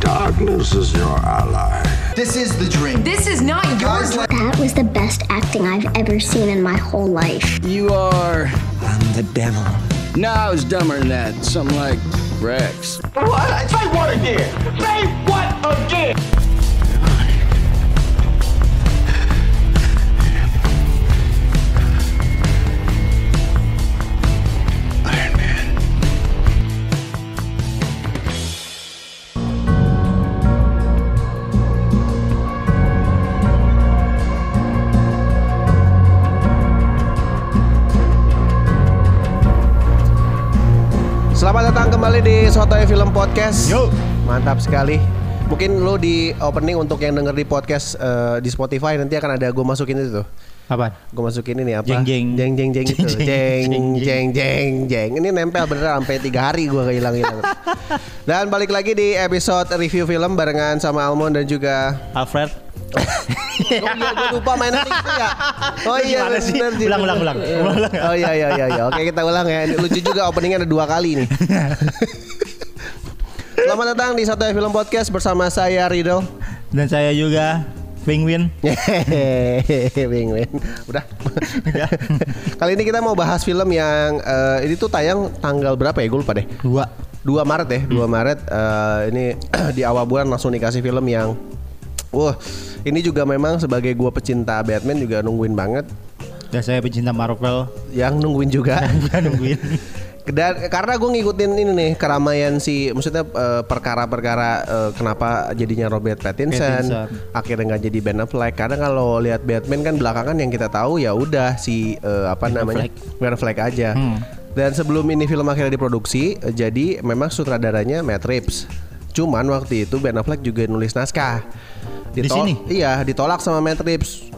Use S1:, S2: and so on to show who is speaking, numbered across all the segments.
S1: Darkness is your ally.
S2: This is the dream.
S3: This is not your
S2: Guys like
S4: That was the best acting I've ever seen in my whole life.
S5: You are.
S6: I'm the devil.
S5: No, I was dumber than that. Something like Rex.
S7: What? Say what again? Say what again?
S8: Selamat datang kembali di Sotoy Film Podcast. Mantap sekali. Mungkin lo di opening untuk yang denger di podcast eh, di Spotify nanti akan ada gue masukin itu tuh.
S9: Apaan?
S8: Gue masukin ini apa?
S9: Jeng, jeng.
S8: jeng jeng jeng itu.
S9: Jeng,
S8: Jeng
S9: jeng,
S8: jeng jeng jeng. Ini nempel beneran sampai tiga hari gue hilang hilang. Dan balik lagi di episode review film barengan sama Almond dan juga
S9: Alfred
S8: Oh iya, gue lupa mainan itu ya. Oh iya,
S9: Gimana sih?
S8: bener,
S9: Ulang, ulang, ulang. Ulang.
S8: Oh iya, iya, iya, iya. Oke kita ulang ya. Ini Lucu juga openingnya ada dua kali nih. Selamat datang di Satu Film Podcast bersama saya Riddle.
S9: dan saya juga Penguin.
S8: Hehehe, Penguin. Udah.
S9: Udah.
S8: Kali ini kita mau bahas film yang eh, ini tuh tayang tanggal berapa ya? Gue lupa deh.
S9: Dua.
S8: 2 Maret ya, 2 Maret eh, ini di awal bulan langsung dikasih film yang wah, ini juga memang sebagai gua pecinta Batman juga nungguin banget,
S9: Dan saya pecinta Marvel.
S8: yang nungguin juga.
S9: Juga nungguin.
S8: Dan karena gue ngikutin ini nih keramaian si maksudnya eh, perkara-perkara eh, kenapa jadinya Robert Pattinson,
S9: Pattinson.
S8: akhirnya nggak jadi Ben Affleck. Karena kalau lihat Batman kan belakangan yang kita tahu ya udah si eh, apa
S9: Ben Hmm.
S8: namanya Ben Affleck aja. Dan sebelum ini film akhirnya diproduksi, eh, jadi memang sutradaranya Matt Reeves. Cuman waktu itu Ben Affleck juga nulis naskah.
S9: Di
S8: Ditol-
S9: sini?
S8: Iya, ditolak sama Matt Reeves.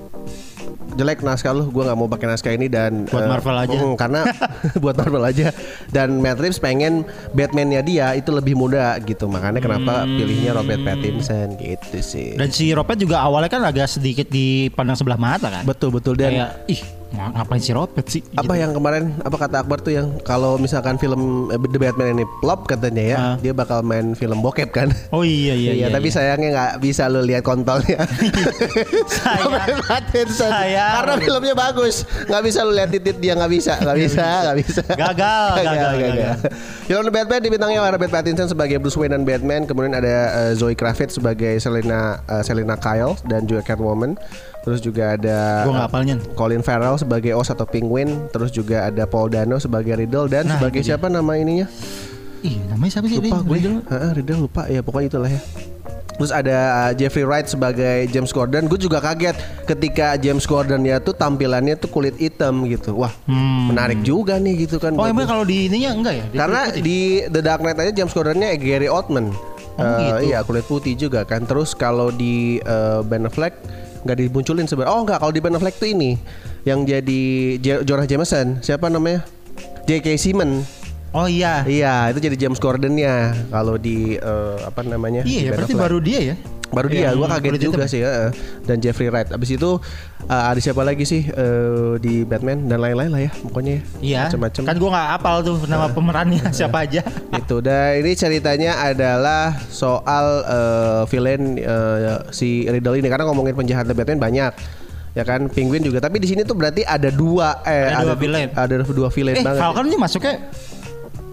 S8: Jelek naskah lu, gue nggak mau pakai naskah ini dan eh,
S9: Buat Marvel aja.
S8: mm, karena buat Marvel aja dan Matt Reeves pengen Batman-nya dia itu lebih muda gitu makanya kenapa pilihnya Robert Pattinson gitu sih
S9: Hmm. Dan si Robert juga awalnya kan agak sedikit dipandang sebelah mata kan.
S8: betul betul dan
S9: Kayak, ih ng- ngapain si Robert sih? Gitu.
S8: apa ya? yang kemarin apa kata Akbar tuh yang kalau misalkan film eh, The Batman ini flop katanya ya
S9: Ah.
S8: dia bakal main film bokep kan
S9: Oh iya iya.
S8: Iya, tapi sayangnya nggak bisa lu lihat kontolnya.
S9: Sayang.
S8: Robert Pattinson.
S9: Sayang.
S8: Karena filmnya bagus, nggak bisa lu lihat titit dia nggak bisa, nggak bisa, nggak bisa.
S9: Gagal, gagal, gagal.
S8: Film The Batman dibintangi oleh Robert Pattinson sebagai Bruce Wayne dan Batman, kemudian ada eh, Zoe Kravitz sebagai Selena eh, Selena Kyle dan juga Catwoman. Terus juga ada
S9: Gua nggak hafalnya.
S8: Colin Farrell sebagai Oz atau Penguin, terus juga ada Paul Dano sebagai Riddle dan
S9: Nah,
S8: sebagai
S9: itu dia.
S8: siapa nama ininya?
S9: Ih namanya siapa sih?
S8: lupa
S9: Rin?
S8: gue
S9: Rin?
S8: Heeh, Riddle lupa ya pokoknya itulah ya Terus ada uh, Jeffrey Wright sebagai James Gordon. Gue juga kaget ketika James Gordon ya tuh tampilannya tuh kulit hitam gitu. Wah, menarik juga nih gitu kan.
S9: Hmm. Oh
S8: Gua-
S9: emang kalau di ininya enggak ya? Di
S8: karena
S9: putih?
S8: di The Dark Knight aja James Gordonnya Gary Oldman.
S9: Oh,
S8: Eh,
S9: gitu.
S8: Iya kulit putih juga kan. Terus kalau di eh, Ben Affleck nggak dimunculin sebenarnya. Oh nggak kalau di Ben Affleck tuh ini yang jadi Je- Jonah Jameson. Siapa namanya? J.K. Simmons.
S9: Oh iya.
S8: Iya, itu jadi James Gordon-nya kalau di eh, apa namanya?
S9: Iya ya
S8: Ben
S9: berarti
S8: Affleck.
S9: baru dia ya.
S8: baru dia.
S9: Yang
S8: Gua kaget
S9: kulit
S8: juga
S9: hitam.
S8: sih heeh. dan Jeffrey Wright. Abis itu eh, ada siapa lagi sih eh, di Batman dan lain-lain lah ya, pokoknya.
S9: Iya.
S8: Macam-macam.
S9: Kan gua nggak hafal tuh
S8: Nah.
S9: nama pemerannya siapa aja.
S8: itu. Dan ini ceritanya adalah soal eh, villain eh, si Riddle ini karena ngomongin penjahat Batman banyak. Ya kan, Penguin juga. Tapi di sini tuh berarti ada dua eh
S9: Ada dua villain.
S8: Ada dua villain
S9: Eh
S8: banget. ya.
S9: Falcon ini masuknya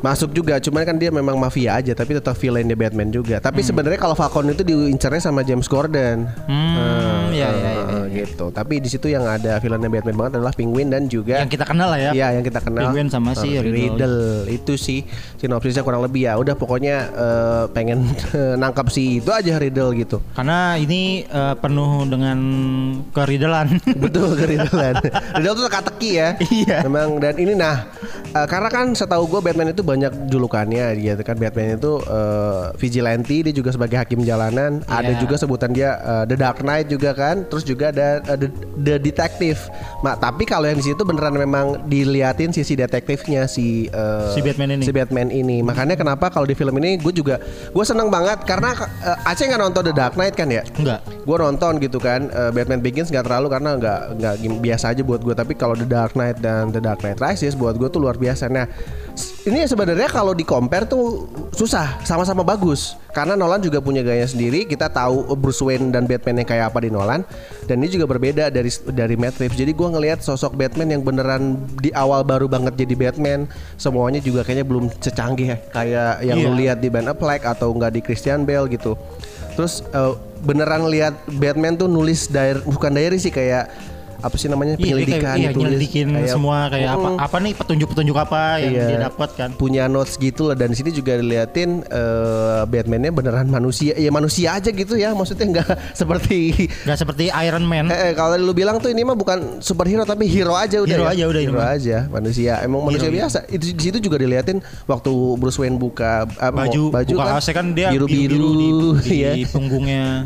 S8: Masuk juga, cuman kan dia memang mafia aja, tapi tetap villainnya Batman juga. Tapi sebenarnya kalau Falcon itu diincarnya sama James Gordon.
S9: Hmm, iya, iya, iya,
S8: Eh, gitu. Tapi di situ yang ada villainnya Batman banget adalah Penguin dan juga
S9: yang kita kenal lah ya.
S8: Iya, yang kita kenal.
S9: Penguin sama si
S8: Eh,
S9: Riddle.
S8: Itu sih sinopsisnya kurang lebih ya. Udah pokoknya eh, pengen nangkap si itu aja Riddle gitu.
S9: Karena ini eh, penuh dengan keridelan.
S8: Betul ke Riddle-an. Riddle tuh teka-teki ya.
S9: Iya.
S8: Memang dan ini nah eh, karena kan setahu gue Batman itu banyak julukannya dia kan Batman itu eh, vigilante dia juga sebagai hakim jalanan. Ada
S9: Iya.
S8: juga sebutan dia eh, The Dark Knight juga kan. Terus juga ada eh, The, The Detective. Nah, tapi kalau yang di situ beneran memang diliatin sisi detektifnya si eh,
S9: Si Batman ini.
S8: Si Batman ini. Makanya kenapa kalau di film ini gue juga gue seneng banget karena eh, Aceh nggak nonton The Dark Knight kan ya?
S9: Enggak.
S8: gue nonton gitu kan eh, Batman Begins nggak terlalu karena nggak nggak gim- biasa aja buat gue tapi kalau The Dark Knight dan The Dark Knight Rises buat gue tuh luar biasa nah s- ini sebenarnya kalau di compare tuh susah, sama-sama bagus. Karena Nolan juga punya gaya sendiri, kita tahu oh, Bruce Wayne dan Batman yang kayak apa di Nolan. Dan ini juga berbeda dari dari Matt Reeves. Jadi gua ngelihat sosok Batman yang beneran di awal baru banget jadi Batman, semuanya juga kayaknya belum secanggih ya, kayak yang lu
S9: Iya.
S8: lihat di Ben Affleck atau enggak di Christian Bale gitu. Terus eh, beneran lihat Batman tuh nulis diary bukan diary sih kayak apa sih namanya
S9: Iya, dia
S8: penyelidikan
S9: kayak- iya,
S8: ditulis,
S9: nyelidikin
S8: kayak-
S9: semua kayak apa
S8: Mm,
S9: apa nih petunjuk-petunjuk apa yang
S8: Iya.
S9: dia dapat kan.
S8: punya notes gitu lah dan di sini juga diliatin eh, Batman-nya beneran manusia ya manusia aja gitu ya maksudnya nggak seperti
S9: Gak seperti Iron Man.
S8: eh, eh, kalau lu bilang tuh ini mah bukan superhero tapi hero aja udah
S9: Hero
S8: ya?
S9: aja udah ini
S8: hero
S9: mah.
S8: aja manusia emang manusia
S9: Hero, iya.
S8: biasa itu di situ juga diliatin waktu Bruce Wayne buka apa, mau-
S9: baju,
S8: oh, baju
S9: buka kaosnya kan dia
S8: biru biru,
S9: di, di
S8: iya.
S9: punggungnya.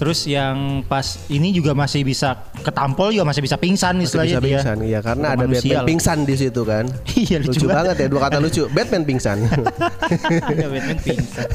S9: Terus yang pas ini juga masih bisa ketampol juga masih bisa pingsan
S8: Masih
S9: istilahnya
S8: bisa
S9: dia.
S8: pingsan ya karena ada
S9: Manusia
S8: Batman
S9: lah.
S8: pingsan di situ kan
S9: Iya, lucu
S8: banget
S9: banget.
S8: ya dua kata lucu Batman pingsan
S9: Ada Batman pingsan.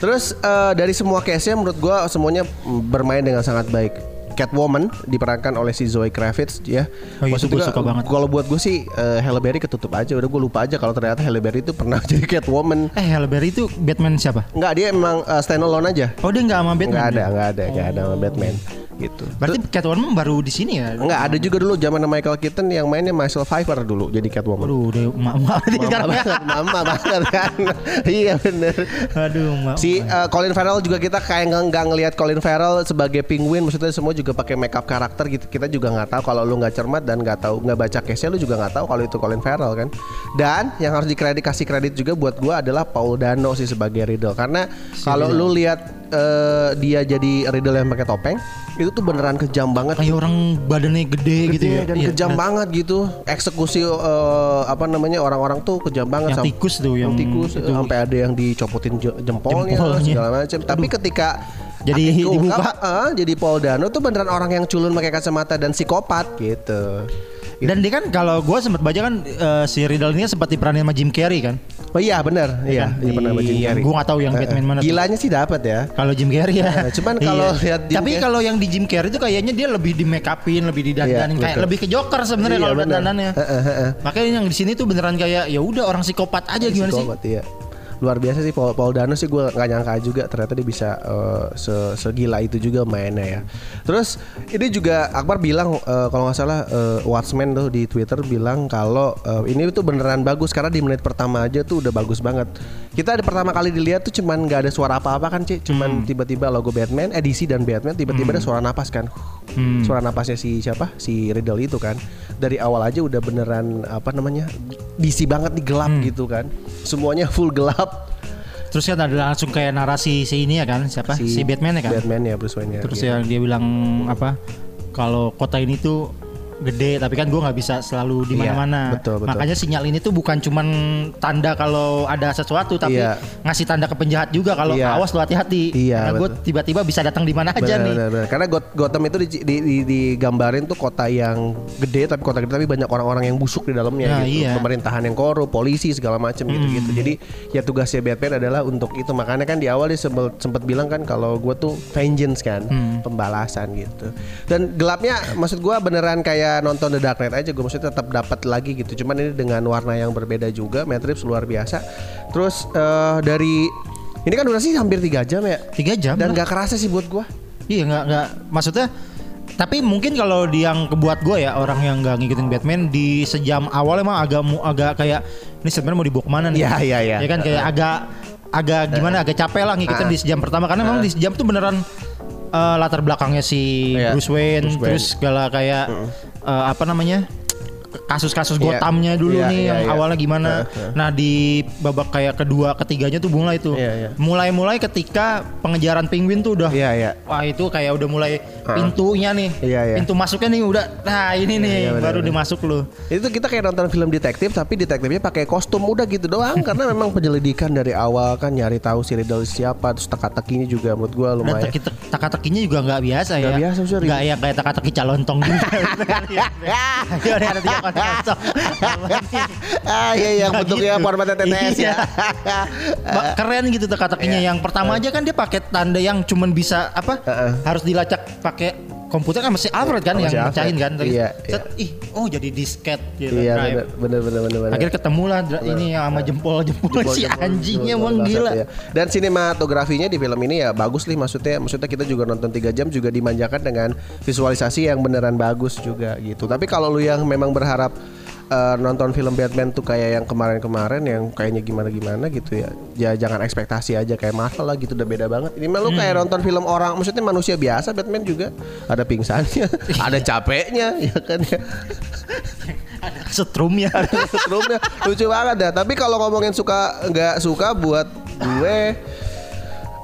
S8: terus eh, dari semua case nya menurut gua semuanya mm, bermain dengan sangat baik Catwoman diperankan oleh si Zoe Kravitz ya.
S9: Oh, itu
S8: Maksud
S9: gua
S8: gua,
S9: suka banget.
S8: Kalau buat gue sih eh, Halle Berry ketutup aja. Udah gue lupa aja kalau ternyata Halle Berry itu pernah jadi Catwoman.
S9: eh Halle Berry itu Batman siapa?
S8: Enggak dia emang eh, stand alone aja.
S9: Oh dia nggak sama Batman. Oh.
S8: Enggak ada,
S9: dia?
S8: enggak ada, enggak ada sama Batman gitu.
S9: Berarti Catwoman baru di sini ya?
S8: Enggak ada juga dulu zaman Michael Keaton yang mainnya Michelle Pfeiffer dulu jadi Catwoman.
S9: Waduh, udah mama
S8: Mama
S9: sekarang.
S8: banget, mama banget kan. iya bener.
S9: Aduh, mama.
S8: Si eh, Colin Farrell juga kita kayak nggak nggak ngelihat Colin Farrell sebagai penguin, maksudnya semua juga pakai makeup karakter gitu. Kita juga nggak tahu kalau lu nggak cermat dan nggak tahu nggak baca case-nya lu juga nggak tahu kalau itu Colin Farrell kan. Dan yang harus dikredit kasih kredit juga buat gua adalah Paul Dano sih sebagai Riddle karena kalau lu lihat eh, dia jadi Riddle yang pakai topeng itu tuh beneran kejam banget
S9: kayak orang badannya gede, gitu
S8: Iya,
S9: ya.
S8: dan
S9: Iya,
S8: kejam
S9: benar.
S8: banget gitu eksekusi eh, apa namanya orang-orang tuh kejam banget
S9: Yang
S8: sam-
S9: tikus tuh, yang
S8: tikus
S9: itu.
S8: sampai ada yang dicopotin je- jempolnya,
S9: Jempolnya.
S8: segala macam tapi ketika
S9: Jadi
S8: Akiko
S9: dibuka.
S8: ungkap, eh, jadi Paul Dano tuh beneran orang yang culun pakai kacamata dan psikopat gitu Gitu.
S9: Dan dia kan kalau gua sempat baca kan eh, si Riddle ini seperti perannya sama Jim Carrey kan.
S8: oh iya benar iya
S9: kan?
S8: iya
S9: Di-
S8: pernah sama Jim Carrey.
S9: gua nggak tahu yang
S8: Eh, eh.
S9: Batman mana tuh.
S8: gilanya sih dapat ya
S9: Kalau Jim Carrey ya.
S8: Eh, cuman kalau
S9: Iya.
S8: lihat Jim
S9: Tapi
S8: Carrey-
S9: kalau yang di Jim Carrey itu kayaknya dia lebih di make upin, lebih didandanin
S8: Iya,
S9: kayak
S8: betul.
S9: lebih ke Joker sebenarnya
S8: Iya,
S9: kalau
S8: benar.
S9: dandanannya.
S8: Heeh, heeh.
S9: Makanya yang di sini tuh beneran kayak ya udah orang psikopat aja gimana sih?
S8: Psikopat, iya. Luar biasa sih Paul, Paul Dano sih gue nggak nyangka juga ternyata dia bisa eh, se- segila itu juga mainnya ya. Terus ini juga Akbar bilang eh, kalau nggak salah eh, Watchmen tuh di Twitter bilang kalau eh, ini tuh beneran bagus karena di menit pertama aja tuh udah bagus banget. Kita ada pertama kali dilihat tuh cuman nggak ada suara apa-apa kan Ci, cuman
S9: Hmm.
S8: tiba-tiba logo Batman, edisi dan Batman tiba-tiba ada suara napas kan.
S9: Hmm.
S8: Suara napasnya si siapa? Si Riddle itu kan. Dari awal aja udah beneran apa namanya? DC banget nih gelap
S9: Hmm.
S8: gitu kan. Semuanya full gelap.
S9: Terus kan ada langsung kayak narasi si ini ya kan siapa? Si, Batman ya kan.
S8: Batman ya Bruce Wayne
S9: Terus yang dia bilang apa? Kalau kota ini tuh gede tapi kan gua nggak bisa selalu di
S8: Iya,
S9: mana-mana.
S8: betul, betul.
S9: Makanya sinyal ini tuh bukan cuman tanda kalau ada sesuatu tapi
S8: Iya.
S9: ngasih tanda ke penjahat juga kalau
S8: Iya.
S9: awas lu hati-hati.
S8: Iya,
S9: Karena gua
S8: betul.
S9: tiba-tiba bisa datang di mana aja nih.
S8: Karena Got- Gotham itu di- di- di- digambarin tuh kota yang gede tapi kota gede tapi banyak orang-orang yang busuk di dalamnya
S9: Nah,
S8: gitu.
S9: iya. Hmm.
S8: Pemerintahan yang korup, polisi segala macam gitu-gitu. Jadi ya tugasnya Batman adalah untuk itu. Makanya kan di awal dia sempet, sempet bilang kan kalau gue tuh vengeance kan,
S9: Hmm.
S8: pembalasan gitu. Dan gelapnya maksud gua beneran kayak nonton The Dark Knight aja gue maksudnya tetap dapat lagi gitu. Cuman ini dengan warna yang berbeda juga, Matrix luar biasa. Terus eh, dari ini kan durasi hampir 3 jam ya.
S9: Tiga jam.
S8: Dan
S9: lah.
S8: gak kerasa sih buat gua
S9: Iya nggak nggak maksudnya tapi mungkin kalau di yang kebuat gue ya orang yang nggak ngikutin Batman di sejam awal emang agak mu- agak kayak ini sebenarnya mau dibawa kemana nih?
S8: Iya, iya, iya.
S9: Ya kan kayak agak agak gimana agak capek lah ngikutin
S8: Ah.
S9: di sejam pertama karena memang di sejam tuh beneran eh, latar belakangnya si
S8: Iya,
S9: Bruce,
S8: Bruce
S9: Wayne,
S8: Wayne.
S9: terus segala kayak eh, apa namanya kasus-kasus
S8: Iya,
S9: Gothamnya dulu
S8: iya,
S9: nih
S8: iya,
S9: yang
S8: iya.
S9: awalnya gimana. Nah di babak kayak kedua ketiganya tuh mulai tuh
S8: Iya, iya.
S9: mulai-mulai ketika pengejaran penguin tuh udah
S8: Iya, iya.
S9: Wah itu kayak udah mulai pintunya nih.
S8: Iya, iya.
S9: Pintu masuknya nih udah. Nah ini nih
S8: iya, benar,
S9: baru
S8: benar.
S9: dimasuk lu.
S8: Itu kita kayak nonton film detektif tapi detektifnya pakai kostum udah gitu doang karena memang penyelidikan dari awal kan nyari tahu si Riddle siapa terus teka-tekinya juga menurut gua
S9: Dan
S8: lumayan.
S9: teki, tek- teka-tekinya juga nggak biasa ya.
S8: Nggak biasa, Ustaz.
S9: Nggak yang kayak teka-teki calontong gitu. Iya, ada ada tiga calontong.
S8: ah iya yang
S9: Nggak
S8: bentuknya
S9: gitu.
S8: formatnya TTS
S9: Iya.
S8: ya. Iya.
S9: Ba- Keren gitu teka-tekinya. Yang pertama aja kan dia pakai tanda yang cuman bisa apa?
S8: Heeh.
S9: Harus dilacak pakai komputer kan masih Alfred kan
S8: Masih
S9: yang
S8: Alfred.
S9: mecahin kan Terus
S8: Iya,
S9: set, ih oh jadi disket gitu
S8: Iya
S9: drive.
S8: bener bener bener bener. bener.
S9: akhirnya ketemu lah dra- ini ya, sama jempol jempol
S8: Jempol,
S9: si
S8: jempol,
S9: anjingnya
S8: jempol,
S9: emang
S8: jempol,
S9: gila
S8: ya. Dan sinematografinya di film ini ya bagus nih maksudnya. Maksudnya kita juga nonton 3 jam juga dimanjakan dengan visualisasi yang beneran bagus juga gitu. Tapi kalau lu yang memang berharap eh, nonton film Batman tuh kayak yang kemarin-kemarin yang kayaknya gimana-gimana gitu ya. Ya jangan ekspektasi aja kayak Marvel lah gitu udah beda banget. Ini mah lu kayak
S9: Hmm.
S8: nonton film orang maksudnya manusia biasa Batman juga ada pingsannya, ada capeknya ya kan ya.
S9: setrum ya
S8: Sebelumnya lucu banget dah. Tapi kalau ngomongin suka nggak suka buat gue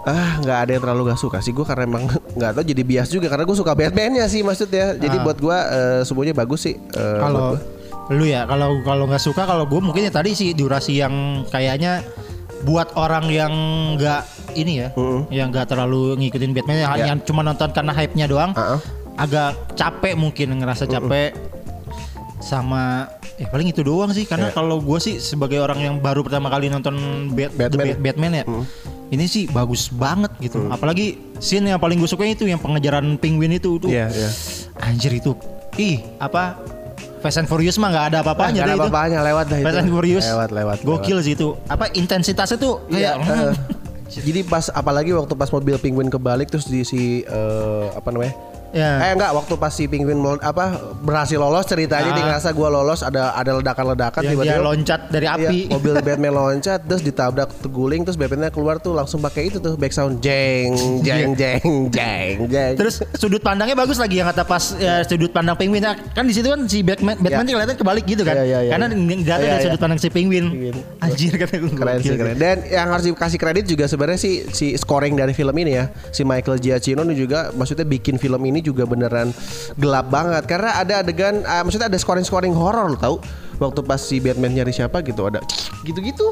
S8: ah nggak ada yang terlalu gak suka sih gue karena emang nggak tau jadi bias juga karena gue suka Batman-nya sih maksudnya. Jadi
S9: Ah.
S8: buat gue eh, semuanya bagus sih. eh,
S9: kalau
S8: buat gue.
S9: lu ya kalau kalau nggak suka kalau gue mungkin ya tadi sih durasi yang kayaknya buat orang yang nggak ini ya yang nggak terlalu ngikutin Batman yang,
S8: Ya.
S9: yang cuma nonton karena hype nya doang
S8: Uh-uh.
S9: agak capek mungkin ngerasa capek sama ya paling itu doang sih karena
S8: Iya.
S9: kalau gue sih sebagai orang yang baru pertama kali nonton Bat- The
S8: Batman.
S9: Bat- Batman ya ini sih bagus banget gitu apalagi scene yang paling gue suka itu yang pengejaran penguin itu tuh
S8: Iya, iya.
S9: gitu. anjir itu ih apa Fast and Furious mah nggak ada apa-apanya
S8: Nggak ada
S9: deh itu.
S8: apa-apanya, lewat dah itu.
S9: Fast and Furious
S8: Lewat, lewat,
S9: gokil sih itu apa intensitasnya tuh kayak hmm.
S8: Iya, eh, jadi pas apalagi waktu pas mobil penguin kebalik terus di si eh, apa namanya?
S9: Ya.
S8: Eh enggak waktu pas si penguin mel- apa berhasil lolos ceritanya
S9: Ah.
S8: dia ngerasa gue lolos ada ada ledakan-ledakan kan
S9: yang dia
S8: tiba-tiba
S9: loncat dari api
S8: Iya, mobil Batman loncat terus ditabrak guling terus Batman-nya keluar tuh langsung pakai itu tuh back sound jeng jeng jeng jeng jeng.
S9: Iya. Terus sudut pandangnya bagus lagi yang kata pas ya, sudut pandang penguin Nah, kan di situ kan si Batman
S8: Ya.
S9: Batman tuh kelihatan kebalik gitu kan.
S8: Ya, ya, ya.
S9: Karena ng-
S8: Ya,
S9: data dari
S8: ya.
S9: sudut pandang si penguin.
S8: Penguin.
S9: Anjir kata gue.
S8: keren sih
S9: gokil.
S8: keren. Dan yang harus dikasih kredit juga sebenarnya si si scoring dari film ini ya. Si Michael Giacchino ini juga maksudnya bikin film ini juga beneran gelap banget karena ada adegan eh, maksudnya ada scoring-scoring horor lo tau waktu pas si Batman nyari siapa gitu ada gitu-gitu.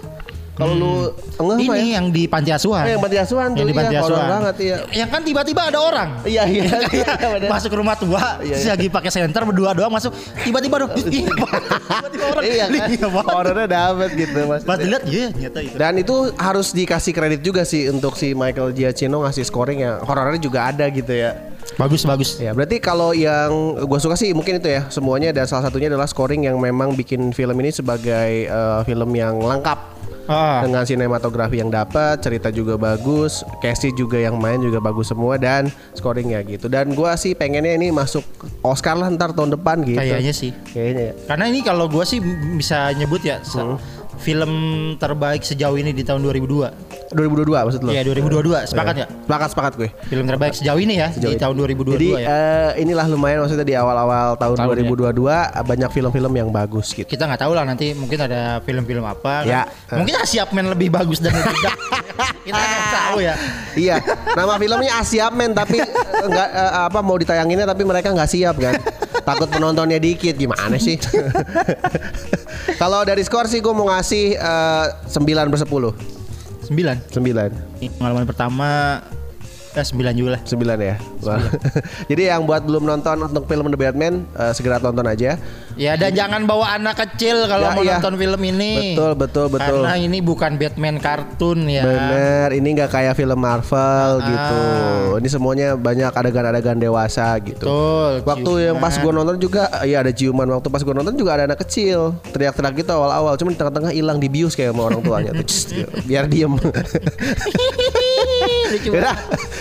S8: Kalau lu ngeh
S9: Hmm. Ini
S8: mah ya.
S9: yang di panti asuhan.
S8: Eh, yang panti asuhan tuh,
S9: Yang di
S8: iya,
S9: panti
S8: horor
S9: asuhan.
S8: banget, iya.
S9: Yang kan tiba-tiba ada orang.
S8: Iya iya. iya, bener.
S9: masuk rumah tua,
S8: Iya,
S9: si
S8: iya.
S9: lagi pakai senter berdua doang masuk. Tiba-tiba dong. ih, Tiba-tiba orang.
S8: Iya kan.
S9: Iya, banget.
S8: Horornya dapet gitu maksudnya.
S9: Pas dilihat, iya nyata itu.
S8: Dan itu harus dikasih kredit juga sih untuk si Michael Giacchino ngasih scoring yang horornya juga ada gitu ya.
S9: Bagus bagus.
S8: Ya berarti kalau yang gue suka sih mungkin itu ya semuanya dan salah satunya adalah scoring yang memang bikin film ini sebagai eh, film yang lengkap.
S9: Ah.
S8: Dengan sinematografi yang dapat, cerita juga bagus, Casey juga yang main juga bagus semua dan scoringnya gitu. Dan gua sih pengennya ini masuk Oscar lah ntar tahun depan gitu.
S9: Kayaknya sih.
S8: Kayaknya. ya.
S9: Karena ini kalau gue sih bisa nyebut ya se-
S8: Hmm.
S9: film terbaik sejauh ini di tahun 2002.
S8: 2022 maksud lo?
S9: Iya 2022 sepakat
S8: Iya.
S9: nggak?
S8: Sepakat sepakat gue.
S9: Film terbaik sejauh ini ya
S8: sejauh ini.
S9: di tahun 2022
S8: Jadi
S9: ya.
S8: eh, inilah lumayan maksudnya di awal-awal tahun
S9: Tahun
S8: 2022 eh, banyak film-film yang bagus gitu.
S9: Kita nggak tahu lah nanti mungkin ada film-film apa.
S8: Ya.
S9: Kan. Mungkin siap main lebih bagus dan lebih dark. Kita nggak tahu ya.
S8: iya, nama filmnya Asiap Men tapi eh, nggak eh, apa mau ditayanginnya tapi mereka nggak siap kan. Takut penontonnya dikit gimana sih? Kalau dari skor sih gue mau ngasih eh, 9 per 10.
S9: 9
S8: 9.
S9: Pengalaman pertama eh 9 juga lah.
S8: 9 ya. Wah. Jadi yang buat belum nonton untuk film The Batman eh, segera tonton aja.
S9: Ya dan jangan bawa anak kecil kalau
S8: Ya,
S9: mau
S8: iya.
S9: nonton film ini.
S8: Betul, betul, betul.
S9: Karena ini bukan Batman kartun ya.
S8: Bener, ini nggak kayak film Marvel gitu. Ini semuanya banyak adegan-adegan dewasa gitu.
S9: Betul,
S8: Waktu
S9: ciuman.
S8: yang pas gue nonton juga, ya ada ciuman. Waktu pas gue nonton juga ada anak kecil teriak-teriak gitu awal-awal. Cuman di tengah-tengah hilang dibius kayak sama orang tuanya tuh. Cist, gitu. Biar diem. Yaudah,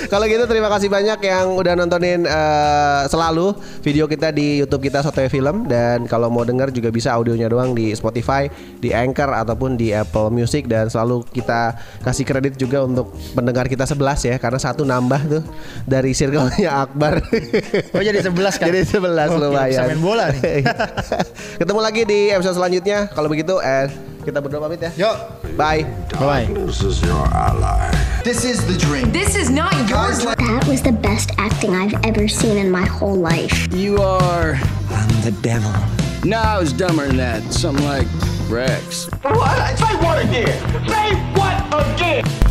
S8: kalau gitu terima kasih banyak yang udah nontonin eh, selalu video kita di YouTube kita Sotoy Film dan kalau mau dengar juga bisa audionya doang di Spotify, di Anchor ataupun di Apple Music dan selalu kita kasih kredit juga untuk pendengar kita 11 ya karena satu nambah tuh dari circle-nya Akbar.
S9: Oh, jadi 11 kan?
S8: Jadi 11
S9: Oke,
S8: lumayan.
S9: bisa main bola nih.
S8: Ketemu lagi di episode selanjutnya. Kalau begitu eh kita berdua pamit ya.
S9: Yuk.
S8: Bye.
S9: Bye.
S1: This is your ally.
S2: This is the dream.
S3: This is not your dream.
S4: That was the best acting I've ever seen in my whole life.
S5: You are.
S6: I'm the devil.
S5: No, I was dumber than that. Something like Rex.
S7: What? Say what again? Say what again?